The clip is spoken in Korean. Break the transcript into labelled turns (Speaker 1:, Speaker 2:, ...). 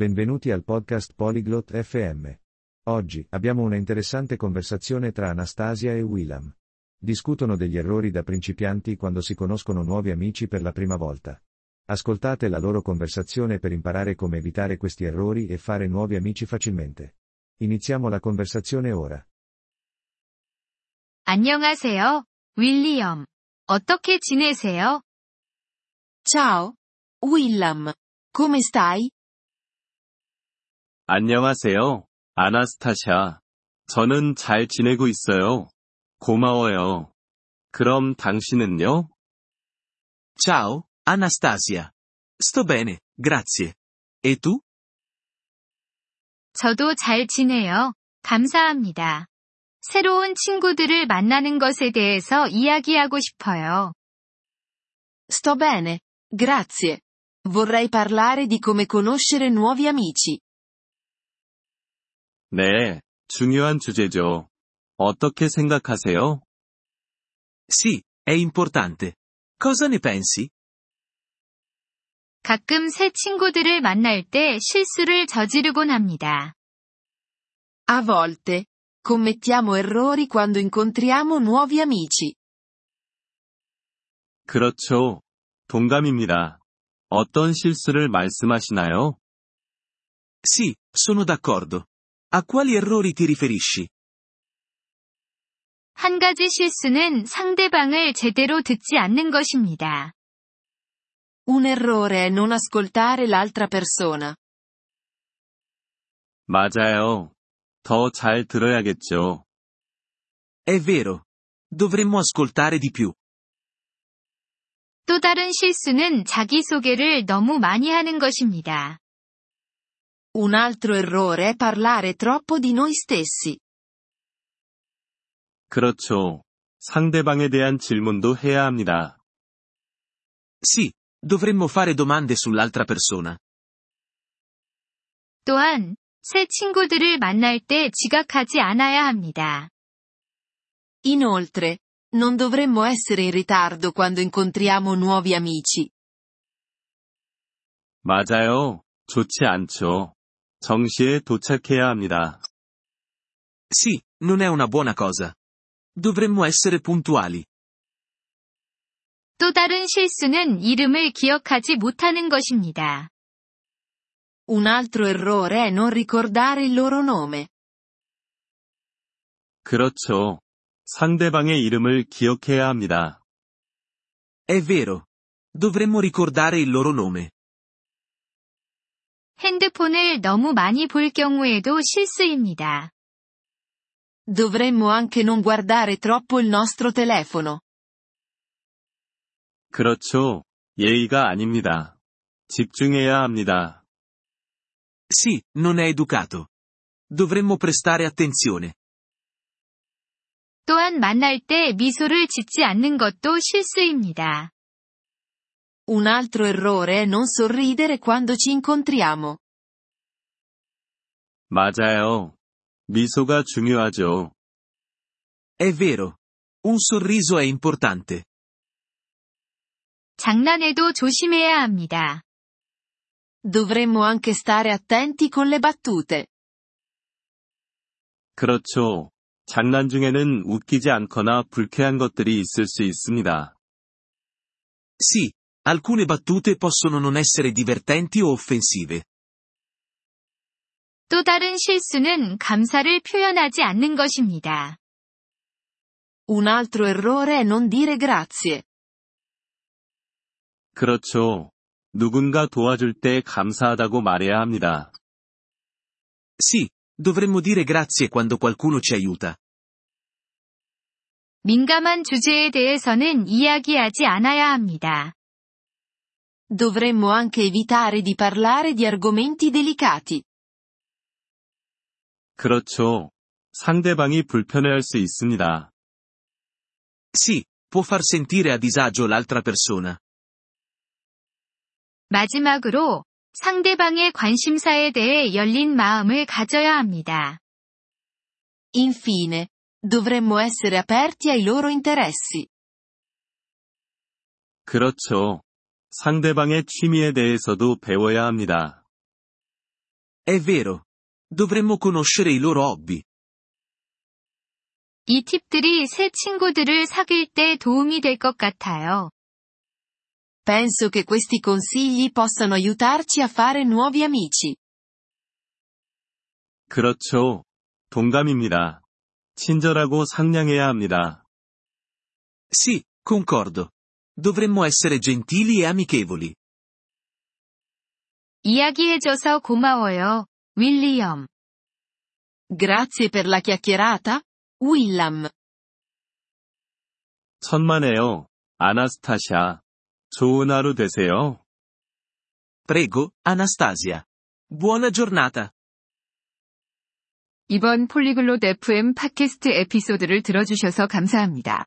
Speaker 1: Benvenuti al podcast Polyglot FM. Oggi abbiamo una interessante conversazione tra Anastasia e Willam. Discutono degli errori da principianti quando si conoscono nuovi amici per la prima volta. Ascoltate la loro conversazione per imparare come evitare questi errori e fare nuovi amici facilmente. Iniziamo la conversazione ora.
Speaker 2: 안녕하세요, 윌리엄. 어떻게 지내세요?
Speaker 3: Ciao. Willam. Come stai?
Speaker 4: 안녕하세요, 아나스타샤. 저는 잘 지내고 있어요. 고마워요. 그럼 당신은요?
Speaker 5: Ciao, Anastasia. Sto bene, grazie. E tu?
Speaker 2: 저도 잘 지내요. 감사합니다. 새로운 친구들을 만나는 것에 대해서 이야기하고 싶어요.
Speaker 3: Sto bene. Grazie. Vorrei parlare di come conoscere nuovi amici.
Speaker 4: 네, 중요한 주제죠. 어떻게 생각하세요?
Speaker 5: Sì, è importante. Cosa ne pensi?
Speaker 2: 가끔 새 친구들을 만날 때 실수를 저지르곤 합니다.
Speaker 3: A volte. Commettiamo errori quando incontriamo nuovi amici.
Speaker 4: 그렇죠. 동감입니다. 어떤 실수를 말씀하시나요?
Speaker 5: Sì, sono d'accordo. A quali errori ti riferisci?
Speaker 2: 한 가지 실수는 상대방을 제대로 듣지 않는 것입니다.
Speaker 3: Un errore è non ascoltare l'altra persona.
Speaker 4: 맞아요. 더 잘 들어야겠죠.
Speaker 5: È vero. Dovremmo ascoltare di più.
Speaker 2: 또 다른 실수는 자기소개를 너무 많이 하는 것입니다.
Speaker 3: Un altro errore è parlare troppo di noi stessi.
Speaker 4: 그렇죠. 상대방에 대한 질문도 해야 합니다.
Speaker 5: Sì, dovremmo fare domande sull'altra persona.
Speaker 2: 또한, 새 친구들을 만날 때 지각하지 않아야 합니다.
Speaker 3: Inoltre, non dovremmo essere in ritardo quando incontriamo nuovi amici.
Speaker 4: 맞아요. 좋지 않죠. 정시에 도착해야 합니다.
Speaker 5: Sì, non è una buona cosa. Dovremmo essere puntuali.
Speaker 2: 또 다른 실수는 이름을 기억하지 못하는 것입니다.
Speaker 3: Un altro errore è non ricordare il loro nome.
Speaker 4: 그렇죠. 상대방의 이름을 기억해야 합니다.
Speaker 5: È vero. Dovremmo ricordare il loro nome.
Speaker 2: 핸드폰을 너무 많이 볼 경우에도 실수입니다.
Speaker 3: Dovremmo anche non guardare troppo il nostro telefono.
Speaker 4: 그렇죠. 예의가 아닙니다. 집중해야 합니다.
Speaker 5: Sì, non è educato. Dovremmo prestare attenzione.
Speaker 2: 또한 만날 때 미소를 짓지 않는 것도 실수입니다.
Speaker 3: Un altro errore è non sorridere quando ci incontriamo.
Speaker 4: 맞아요. 미소가 중요하죠.
Speaker 5: È vero. Un sorriso è importante.
Speaker 2: 장난에도 조심해야 합니다.
Speaker 3: Dovremmo anche stare attenti con le battute.
Speaker 4: 그렇죠. 장난 중에는 웃기지 않거나 불쾌한 것들이 있을 수 있습니다.
Speaker 5: Sì, alcune battute possono non essere divertenti o offensive.
Speaker 2: 또 다른 실수는 감사를 표현하지 않는 것입니다.
Speaker 3: Un altro errore è non dire grazie.
Speaker 4: 그렇죠. 누군가 도와줄 때 감사하다고 말해야 합니다.
Speaker 5: Sì, dovremmo dire grazie quando qualcuno ci aiuta.
Speaker 2: 민감한 주제에 대해서는 이야기하지 않아야 합니다.
Speaker 3: Dovremmo anche evitare di parlare di argomenti delicati.
Speaker 4: 그렇죠. 상대방이 불편해할 수 있습니다.
Speaker 5: Sì, può far sentire a disagio l'altra persona.
Speaker 2: 마지막으로, 상대방의 관심사에 대해 열린 마음을 가져야 합니다.
Speaker 3: Infine, dovremmo essere aperti ai loro interessi.
Speaker 4: 그렇죠. 상대방의 취미에 대해서도 배워야 합니다. È vero. Dovremmo conoscere i loro hobby.
Speaker 6: 이 팁들이 새 친구들을 사귈 때 도움이 될 것 같아요.
Speaker 7: Penso che questi consigli possano aiutarci a fare nuovi amici.
Speaker 8: 그렇죠. 동감입니다. 친절하고 상냥해야 합니다.
Speaker 4: Sì, concordo. Dovremmo essere gentili e amichevoli.
Speaker 6: 이야기해줘서 고마워요, 윌리엄.
Speaker 7: Grazie per la chiacchierata, Willam.
Speaker 8: 천만에요. 아나스타샤. 좋은 하루 되세요.
Speaker 4: Prego, Anastasia. Buona giornata.
Speaker 2: 이번 폴리글롯 FM 팟캐스트 에피소드를 들어주셔서 감사합니다.